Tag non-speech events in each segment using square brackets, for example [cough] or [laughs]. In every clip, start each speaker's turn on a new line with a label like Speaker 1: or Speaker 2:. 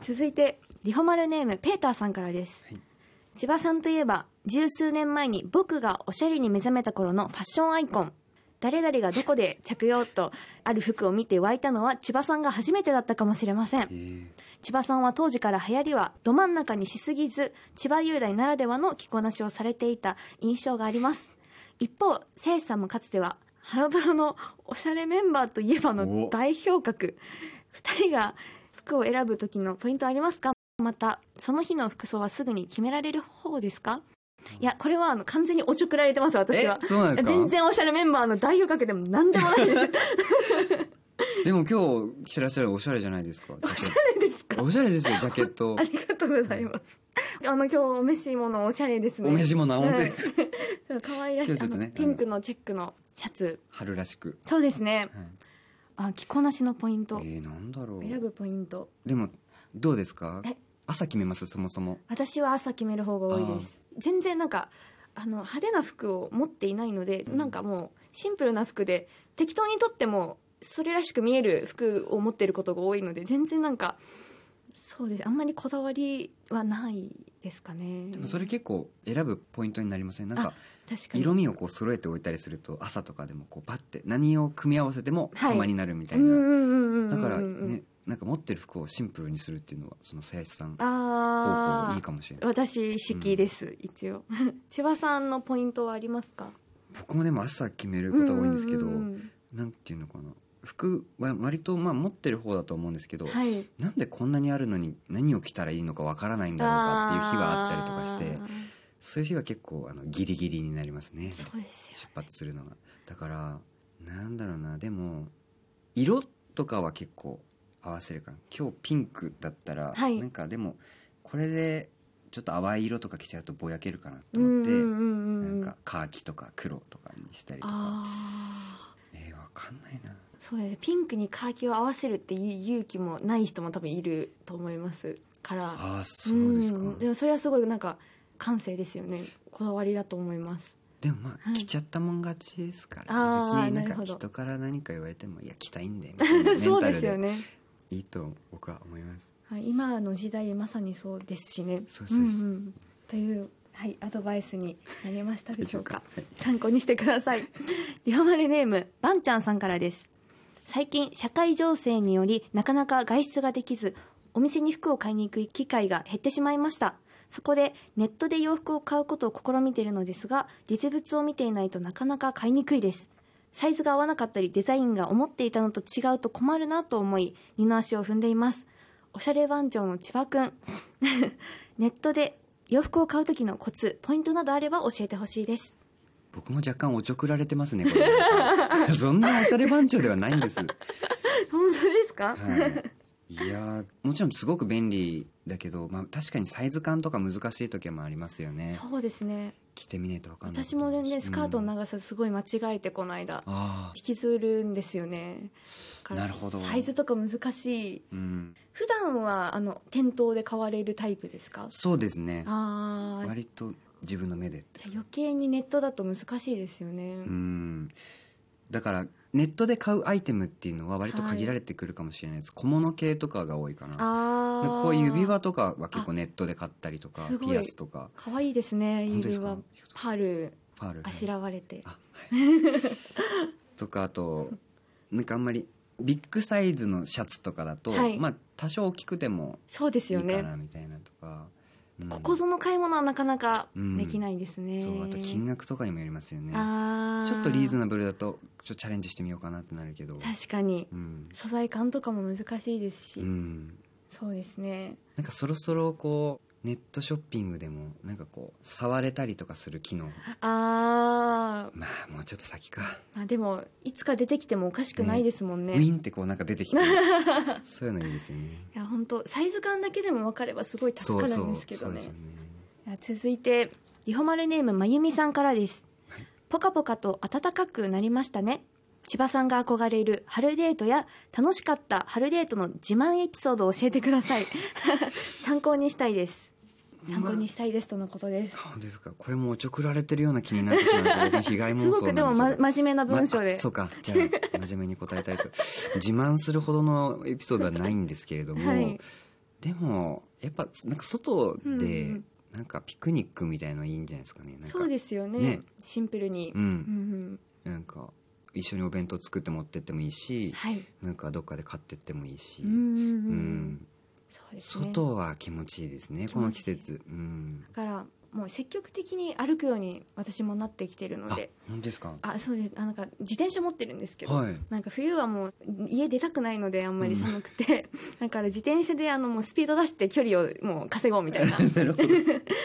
Speaker 1: 続いてリホマルネームペーターさんからです、
Speaker 2: はい
Speaker 1: 千葉さんといえば十数年前に僕がおしゃれに目覚めた頃のファッションアイコン誰々がどこで着ようとある服を見て湧いたのは千葉さんが初めてだったかもしれません
Speaker 2: えー
Speaker 1: 千葉さんは当時から流行りはど真ん中にしすぎず千葉雄大ならではの着こなしをされていた印象があります一方聖さんもかつてはハロプロのおしゃれメンバーといえばの
Speaker 2: お
Speaker 1: 代表格2人が服を選ぶ時のポイントありますかまたその日の服装はすぐに決められる方ですかいやこれはあの完全におちょくられてます私は
Speaker 2: えそうなんですか
Speaker 1: 全然おしゃれメンバーの代表格でも何でもないです
Speaker 2: でも今日着てらっしゃるおしゃれじゃないですか
Speaker 1: おしゃれですか
Speaker 2: おしゃれですよジャケット
Speaker 1: ありがとうございます。あの今日お召し物おしゃれですね。
Speaker 2: お召し物は本当に
Speaker 1: うん可愛らしい、
Speaker 2: 今日ちょっとね
Speaker 1: あのピンクのチェックのシャツ。
Speaker 2: 春らしく、
Speaker 1: そうですね。
Speaker 2: はい
Speaker 1: あ着こなしのポイント、
Speaker 2: えー、なんだろ
Speaker 1: 選
Speaker 2: う
Speaker 1: ぶポイント。
Speaker 2: でもどうですか
Speaker 1: え
Speaker 2: 朝決めますそもそも
Speaker 1: 私は朝決める方が多いです。全然なんかあの派手な服を持っていないので、
Speaker 2: うん
Speaker 1: なんかもうシンプルな服で適当にとってもそれらしく見える服を持ってることが多いので、全然なんかそうです。あんまりこだわりはないですかね。
Speaker 2: でもそれ結構選ぶポイントになりませんなんか
Speaker 1: 確かに
Speaker 2: 色味をこう揃えておいたりすると朝とかでもこうパッて何を組み合わせても
Speaker 1: はい
Speaker 2: 様になるみたい
Speaker 1: うん
Speaker 2: な、
Speaker 1: うんうんうんうん
Speaker 2: だからねなんか持ってる服をシンプルにするっていうのはその鞘師さん方
Speaker 1: あ
Speaker 2: 法
Speaker 1: あ
Speaker 2: いいかもしれない
Speaker 1: 私式です、一応 [laughs] 千葉さんのポイントはありますか
Speaker 2: 僕もでも朝決めることが多いんですけど、
Speaker 1: ううん
Speaker 2: なんていうのかな服は割とまあ持ってる方だと思うんですけど、
Speaker 1: うんはい
Speaker 2: なんでこんなにあるのに何を着たらいいのかわからないんだろうかっていう日はあったりとかしてそういう日は結構あのギリギリになりますね
Speaker 1: あーそうですよ
Speaker 2: 出発するのがだからなんだろうなでも色とかは結構合わせるかな今日ピンクだったら、
Speaker 1: はい
Speaker 2: なんかでもこれでちょっと淡い色とか着ちゃうとぼやけるかな
Speaker 1: う
Speaker 2: と
Speaker 1: んう
Speaker 2: 思っ
Speaker 1: ん
Speaker 2: て、
Speaker 1: うんうん
Speaker 2: なんかカーキとか黒とかにしたりとか
Speaker 1: あ
Speaker 2: えー、わかんないな
Speaker 1: ーそうですピンクにカーキを合わせるっていう勇気もない人も多分いると思いますから
Speaker 2: あーそうですか、
Speaker 1: んでもそれはすごいなんか感性ですよねこだわりだと思います
Speaker 2: でもま
Speaker 1: は
Speaker 2: あ
Speaker 1: い
Speaker 2: 着ちゃったもん勝ちですから、
Speaker 1: あー
Speaker 2: 別にな
Speaker 1: なる
Speaker 2: ん
Speaker 1: ほ
Speaker 2: か
Speaker 1: ど
Speaker 2: 人から何か言われてもいや着たいんだよみ
Speaker 1: [laughs]
Speaker 2: たいなメ
Speaker 1: そ
Speaker 2: ン
Speaker 1: う
Speaker 2: タ
Speaker 1: で
Speaker 2: ル
Speaker 1: すよ
Speaker 2: で
Speaker 1: ね
Speaker 2: いいと僕は思います
Speaker 1: はい、今の時代まさにそうですしね。
Speaker 2: そうそうそうん
Speaker 1: んという、はい、アドバイスになりましたでしょう [laughs] か。
Speaker 2: はい
Speaker 1: 参考にしてください。 [laughs] リハマルネーム、バンちゃんさんからです。最近、社会情勢により、なかなか外出ができず、お店に服を買いに行く機会が減ってしまいました。そこで、ネットで洋服を買うことを試みているのですが、実物を見ていないとなかなか買いにくいです。サイズが合わなかったり、デザインが思っていたのと違うと困るなと思い、二の足を踏んでいます。おしゃれ番長の千葉くん。 [laughs] ネットで洋服を買う時のコツ、ポイントなどあれば教えてほしいです。
Speaker 2: 僕も若干おちょくられてますねこ
Speaker 1: [laughs]
Speaker 2: れそんなおしゃれ番長ではないんです、は
Speaker 1: [laughs] 本当ですか、
Speaker 2: い、いやーもちろんすごく便利だけど、まあ、確かにサイズ感とか難しい時もありますよね
Speaker 1: そうですね
Speaker 2: 着てみないとわかんない
Speaker 1: 私も全然スカートの
Speaker 2: うん
Speaker 1: 長さすごい間違えてこの間、
Speaker 2: ああ
Speaker 1: 引きずるんですよねだから
Speaker 2: なるほど
Speaker 1: サイズとか難しい
Speaker 2: うん
Speaker 1: 普段はあの店頭で買われるタイプですか
Speaker 2: そうですね
Speaker 1: あー
Speaker 2: 割と自分の目でって
Speaker 1: じゃあ余計にネットだと難しいですよね、
Speaker 2: うんだからネットで買うアイテムっていうのは割と限られてくるかもしれないです、小物系とかが多いかな
Speaker 1: ああ
Speaker 2: こういう指輪とかは結構ネットで買ったりとか
Speaker 1: すごい
Speaker 2: ピアスとか
Speaker 1: 可愛いですね
Speaker 2: 本当
Speaker 1: 指
Speaker 2: ですか
Speaker 1: 輪パール
Speaker 2: パール
Speaker 1: あしらわれて
Speaker 2: あはい
Speaker 1: [laughs]
Speaker 2: とかあとなんかあんまりビッグサイズのシャツとかだと、
Speaker 1: はい
Speaker 2: まあ多少大きくても
Speaker 1: そうです
Speaker 2: い
Speaker 1: よ
Speaker 2: いか
Speaker 1: ね
Speaker 2: なみたいなとか、うん
Speaker 1: ここぞの買い物はなかなかできないですね、
Speaker 2: そうあと金額とかにもよりますよね
Speaker 1: あー
Speaker 2: ちょっとリーズナブルだとちょっとチャレンジしてみようかなってなるけど、
Speaker 1: 確かに
Speaker 2: うん
Speaker 1: 素材感とかも難しいですし、
Speaker 2: うん、
Speaker 1: そうですね
Speaker 2: なんかそろそろこうネットショッピングでもなんかこう触れたりとかする
Speaker 1: [laughs]
Speaker 2: 機能
Speaker 1: あー、
Speaker 2: まあもうちょっと先か、
Speaker 1: まあ、でもいつか出てきてもおかしくないですもんね
Speaker 2: ウィンってこうなんか出てき
Speaker 1: [laughs]
Speaker 2: てそういうのいいですよね
Speaker 1: いや本当サイズ感だけでも分かればすごい助
Speaker 2: そ
Speaker 1: か
Speaker 2: う
Speaker 1: る
Speaker 2: そ
Speaker 1: ん
Speaker 2: う
Speaker 1: ですけど
Speaker 2: そう
Speaker 1: ね
Speaker 2: ですよね
Speaker 1: いや続いてリホマルネームまゆみさんからですポカポカと暖かくなりましたね千葉さんが憧れる春デートや楽しかった春デートの自慢エピソードを教えてください [laughs] 参考にしたいです参考にしたいですとのことです、
Speaker 2: 本当ですかこれもおちょくられてるような気になってしまう僕の被害妄
Speaker 1: すご
Speaker 2: 想
Speaker 1: くで
Speaker 2: な
Speaker 1: も、
Speaker 2: んですよ
Speaker 1: ま、真面目な文章で、
Speaker 2: まあそうかじゃあ真面目に答えたいと自慢するほどのエピソードはないんですけれども、
Speaker 1: はい
Speaker 2: でもやっぱなんか外
Speaker 1: うんうん
Speaker 2: でなんかピクニックみたいのいいんじゃないですかねなんか
Speaker 1: そうですよね
Speaker 2: ね
Speaker 1: シンプルに
Speaker 2: う、、
Speaker 1: うんん
Speaker 2: なんか一緒にお弁当作って持ってってもいい
Speaker 1: うん、
Speaker 2: し
Speaker 1: はい、
Speaker 2: なんかどっかで買ってってもいいし、
Speaker 1: うんうんうん
Speaker 2: うん
Speaker 1: そうですね
Speaker 2: 外は気持ちいいですねこの季節うん
Speaker 1: だからもう積極的に歩くように私もなってきてるの
Speaker 2: あ
Speaker 1: で
Speaker 2: 本当ですか
Speaker 1: あそうですあなんか自転車持ってるんですけど、
Speaker 2: はい [laughs]
Speaker 1: なんか冬はもう家出たくないのであんまり寒くて、 [laughs] だから自転車であのもうスピード出して距離をもう稼ごうみたい
Speaker 2: [laughs]
Speaker 1: な
Speaker 2: なるほど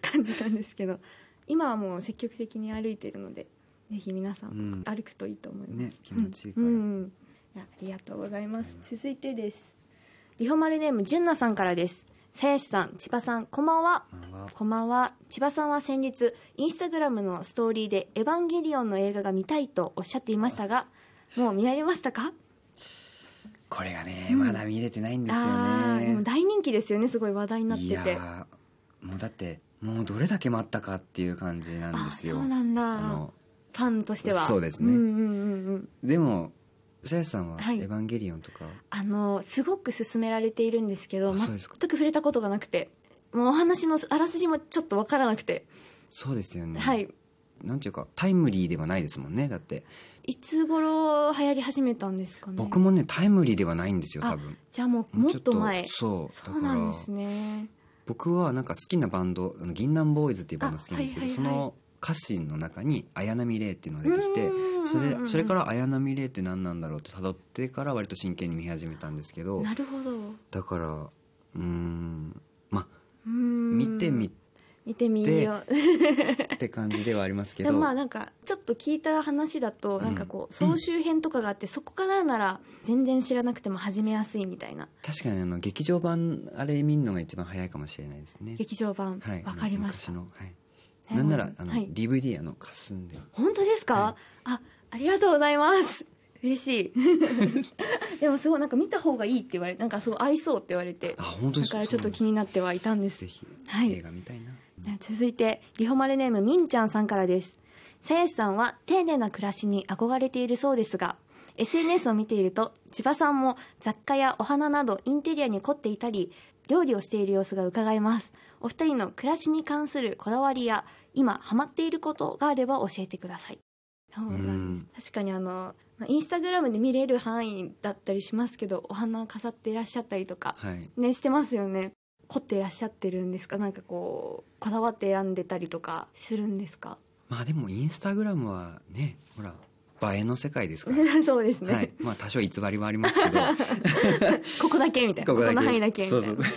Speaker 1: 感じなんですけど今はもう積極的に歩いてるのでぜひ皆さんも
Speaker 2: うん
Speaker 1: 歩くといいと思います、
Speaker 2: ね気持ちいいか
Speaker 1: う
Speaker 2: ら、
Speaker 1: んうんいやありがとうございます続いてですリホマルネーム純奈さんからです鞘師さん千葉さんこんばんは
Speaker 2: まあわ
Speaker 1: こんばんは千葉さんは先日インスタグラムのストーリーで「エヴァンゲリオン」の映画が見たいとおっしゃっていましたがもう見られましたか
Speaker 2: これがね、
Speaker 1: うん
Speaker 2: まだ見れてないんですよ
Speaker 1: あーでも
Speaker 2: ね
Speaker 1: 大人気ですよねすごい話題になって
Speaker 2: い
Speaker 1: て
Speaker 2: やーもうだってもうどれだけ待ったかっていう感じなんですよ
Speaker 1: あそうなんだ
Speaker 2: あの
Speaker 1: ファンとしては
Speaker 2: そうですね
Speaker 1: うんうんうんうん
Speaker 2: でもさやさんは「エ
Speaker 1: はい
Speaker 2: ヴァンゲリオン」とか、
Speaker 1: あのすごく勧められているんですけど
Speaker 2: あ
Speaker 1: 全
Speaker 2: そう
Speaker 1: く
Speaker 2: ですか
Speaker 1: 触れたことがなくてもうお話のあらすじもちょっとわからなくて、
Speaker 2: そうですよね、
Speaker 1: はい
Speaker 2: なんていうかタイムリーではないですもんねだって
Speaker 1: いつ頃流行り始めたんですかね
Speaker 2: 僕もねタイムリーではないんですよ
Speaker 1: あ
Speaker 2: 多分
Speaker 1: じゃあもうもっ
Speaker 2: ちょ
Speaker 1: と前
Speaker 2: そうだ
Speaker 1: そ
Speaker 2: か
Speaker 1: うなん
Speaker 2: ら
Speaker 1: ですね
Speaker 2: 僕はなんか好きなバンドあの銀杏ボーイズっていうバンド好きなんですけど、
Speaker 1: あはい
Speaker 2: そ
Speaker 1: はいはい
Speaker 2: の歌詞の中に「綾波レイ」っていうのが出てきてそれそれからら「綾波レイ」って何なんだろうって辿ってから割と真剣に見始めたんですけど
Speaker 1: なるほどう
Speaker 2: だからうーんま
Speaker 1: ー
Speaker 2: あ
Speaker 1: ん
Speaker 2: 見てみ
Speaker 1: 見てみよう
Speaker 2: って感じではあります
Speaker 1: [laughs]
Speaker 2: け
Speaker 1: で
Speaker 2: ど
Speaker 1: もまあなんかちょっと聞いた話だと
Speaker 2: うん
Speaker 1: なんかこう総集編とかがあってそこからなら全然知らなくても始めやすいみたいな
Speaker 2: 確かにあの劇場版あれ見るのが一番早いかもしれないですね
Speaker 1: 劇場版
Speaker 2: はい
Speaker 1: わかりました
Speaker 2: 昔の、はい、
Speaker 1: ね
Speaker 2: なんならあの、
Speaker 1: はい
Speaker 2: DVD あのかすんで
Speaker 1: 本当ですか、
Speaker 2: は
Speaker 1: あありがとうございます嬉しい [laughs] でもすごいなんか見た方がいいって言われなんかそう合いそうって言われて
Speaker 2: あ本
Speaker 1: だ
Speaker 2: 当です
Speaker 1: からちょっと気
Speaker 2: に
Speaker 1: になってはいたんです
Speaker 2: ぜひ、
Speaker 1: はい
Speaker 2: 映画見たいな
Speaker 1: じゃあ続いてリホマルネームみんちゃんさんからですさやしさんは丁寧な暮らしに憧れているそうですが SNS を見ていると千葉さんも雑貨やお花などインテリアに凝っていたり料理をしている様子が伺えますお二人の暮らしに関するこだわりや今ハマっていることがあれば教えてくださいそうなんです確かにあのまあインスタグラムで見れる範囲だったりしますけどお花飾っていらっしゃったりとか
Speaker 2: はい
Speaker 1: ねしてますよね凝っていらっしゃってるんですかなんかこうこだわって選んでたりとかするんですか [laughs]
Speaker 2: まあでもインスタグラムはねほら映えの世界ですから
Speaker 1: そうですね、
Speaker 2: はい、まあ多少偽りはありますけど
Speaker 1: ここだけみたい [laughs] なここの範囲だけみたいな
Speaker 2: そうそうそう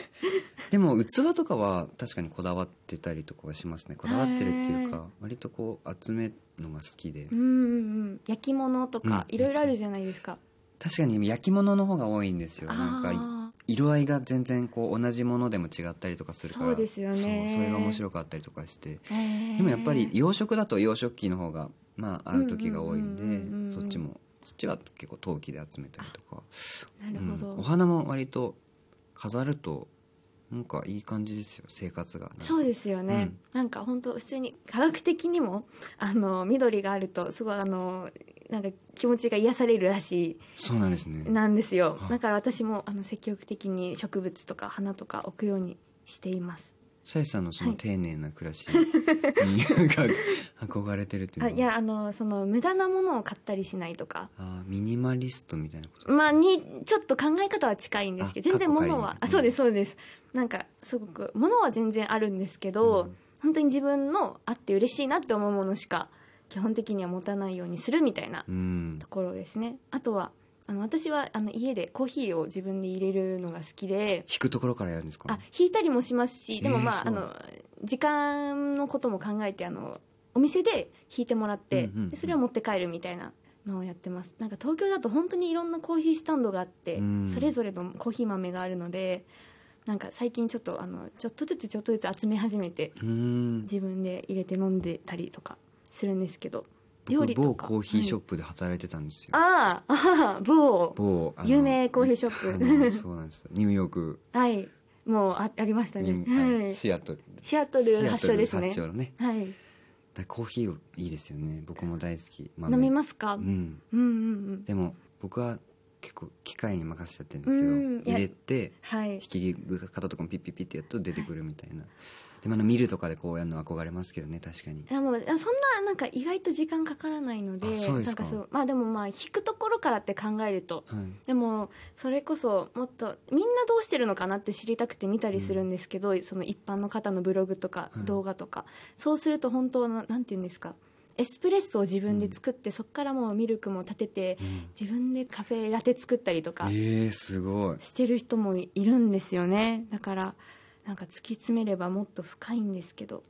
Speaker 2: でも器とかは確かにこだわってたりとかはしますねこだわってるってい
Speaker 1: へ
Speaker 2: うか割とこう集めるのが好きで
Speaker 1: うんうんうん焼き物とか
Speaker 2: うん
Speaker 1: いろいろあるじゃないですか、
Speaker 2: 確かに焼き物の方が多いんですよなん
Speaker 1: あ
Speaker 2: か
Speaker 1: あ
Speaker 2: 色合いが全然こう同じものでも違ったりとかするから
Speaker 1: そうですよね
Speaker 2: そうそれが面白かったりとかして
Speaker 1: ーへー
Speaker 2: でもやっぱり洋食だと洋食器の方がまあ合う時が多い
Speaker 1: うんうんうんうんうん
Speaker 2: んでそっちもそっちは結構陶器で集めたりとか
Speaker 1: なるほど、
Speaker 2: うんお花も割と飾るとなんかいい感じですよ生活が
Speaker 1: そうですよね、
Speaker 2: うん
Speaker 1: なんか本当普通に科学的にもあの緑があるとすごいあのなんか気持ちが癒されるらし
Speaker 2: そうなんです
Speaker 1: い
Speaker 2: ね
Speaker 1: なんですよ
Speaker 2: はい
Speaker 1: だから私もあの積極的に植物とか花とか置くようにしています
Speaker 2: さやさんのそ
Speaker 1: は
Speaker 2: の
Speaker 1: い
Speaker 2: 丁寧な暮らしに憧れてるっていうの
Speaker 1: あ
Speaker 2: はい
Speaker 1: やあのその無駄なものを買ったりしないとか
Speaker 2: あーミニマリストみたいなことです
Speaker 1: まあにちょっと考え方は近いんですけど
Speaker 2: あ
Speaker 1: 全然
Speaker 2: 過去
Speaker 1: 物は
Speaker 2: 借り
Speaker 1: あそ
Speaker 2: に
Speaker 1: うですそうですなんかすごく物は全然あるんですけど、
Speaker 2: うん
Speaker 1: 本当に自分のあって嬉しいなって思うものしか基本的には持たないようにするみたいな
Speaker 2: うん
Speaker 1: ところですねあとはあの私はあの家でコーヒーを自分で入れるのが好きで
Speaker 2: 引くところからやるんです
Speaker 1: あ
Speaker 2: か
Speaker 1: 引いたりもしますしでも
Speaker 2: えー
Speaker 1: まあ,、
Speaker 2: そう
Speaker 1: あの時間のことも考えてあのお店で引いてもらって、
Speaker 2: うんうんうん
Speaker 1: でそれを持って帰るみたいなのをやってますなんか東京だと本当にいろんなコーヒースタンドがあって、
Speaker 2: うん
Speaker 1: それぞれのコーヒー豆があるのでなんか最近ちょっとあのちょっとずつちょっとずつ集め始めて
Speaker 2: うん
Speaker 1: 自分で入れて飲んでたりとかするんですけど料
Speaker 2: 僕
Speaker 1: 理とか
Speaker 2: 某コーヒーショップで働いてたんですよ
Speaker 1: ああああ某
Speaker 2: 某あの
Speaker 1: 有名コーヒーショップ
Speaker 2: あのそうなんですよニューヨーク
Speaker 1: はいもうあありましたね、
Speaker 2: にあの
Speaker 1: はい、シ
Speaker 2: シアトル
Speaker 1: アトル発祥です
Speaker 2: シアトル
Speaker 1: ね
Speaker 2: 発祥のね
Speaker 1: はい
Speaker 2: だからコーヒーいいですよね僕も大好き、まあ
Speaker 1: 飲みますか、
Speaker 2: うん
Speaker 1: うんうんうん
Speaker 2: でも僕は結構機械に任せちゃってるんですけど、
Speaker 1: うんいや
Speaker 2: 入れて
Speaker 1: はい
Speaker 2: 引き方とかもピッピッピッってやると出てくるみたいな、でもあの見るとかでこうやるの憧れますけどね確かに
Speaker 1: あもうあそんななんか意外と時間かからないので
Speaker 2: あそ
Speaker 1: な
Speaker 2: うで
Speaker 1: ん
Speaker 2: すか
Speaker 1: かそうまあでもまあ弾くところからって考えると
Speaker 2: はい
Speaker 1: でもそれこそもっとみんなどうしてるのかなって知りたくて見たりするんですけど、その一般の方のブログとか
Speaker 2: はい
Speaker 1: 動画とか、そうすると本当のなんて言うんですかエスプレッソを自分で作って、そこからもうミルクも立てて
Speaker 2: うん
Speaker 1: 自分でカフェラテ作ったりとか
Speaker 2: えー、すごい
Speaker 1: してる人もいるんですよねだからなんか突き詰めればもっと深いんですけど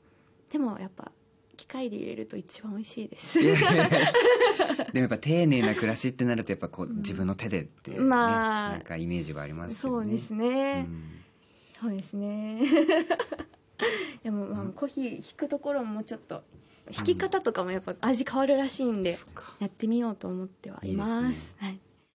Speaker 1: でもやっぱ機械で入れると一番美味しい
Speaker 2: [laughs]
Speaker 1: です
Speaker 2: いやいやいやでもやっぱ丁寧な暮らしってなるとやっぱこう、
Speaker 1: うん
Speaker 2: 自分の手でって、ね
Speaker 1: まあ
Speaker 2: なんかイメージはありますけ
Speaker 1: [laughs] そ
Speaker 2: ど
Speaker 1: う
Speaker 2: ね
Speaker 1: です
Speaker 2: う
Speaker 1: ね、
Speaker 2: ん
Speaker 1: そうですね [laughs] でもまあコーヒー引くところもちょっと引き方とかもやっぱ味変わるらしいんで
Speaker 2: そっか
Speaker 1: やってみようと思ってはいます
Speaker 2: いいです
Speaker 1: はい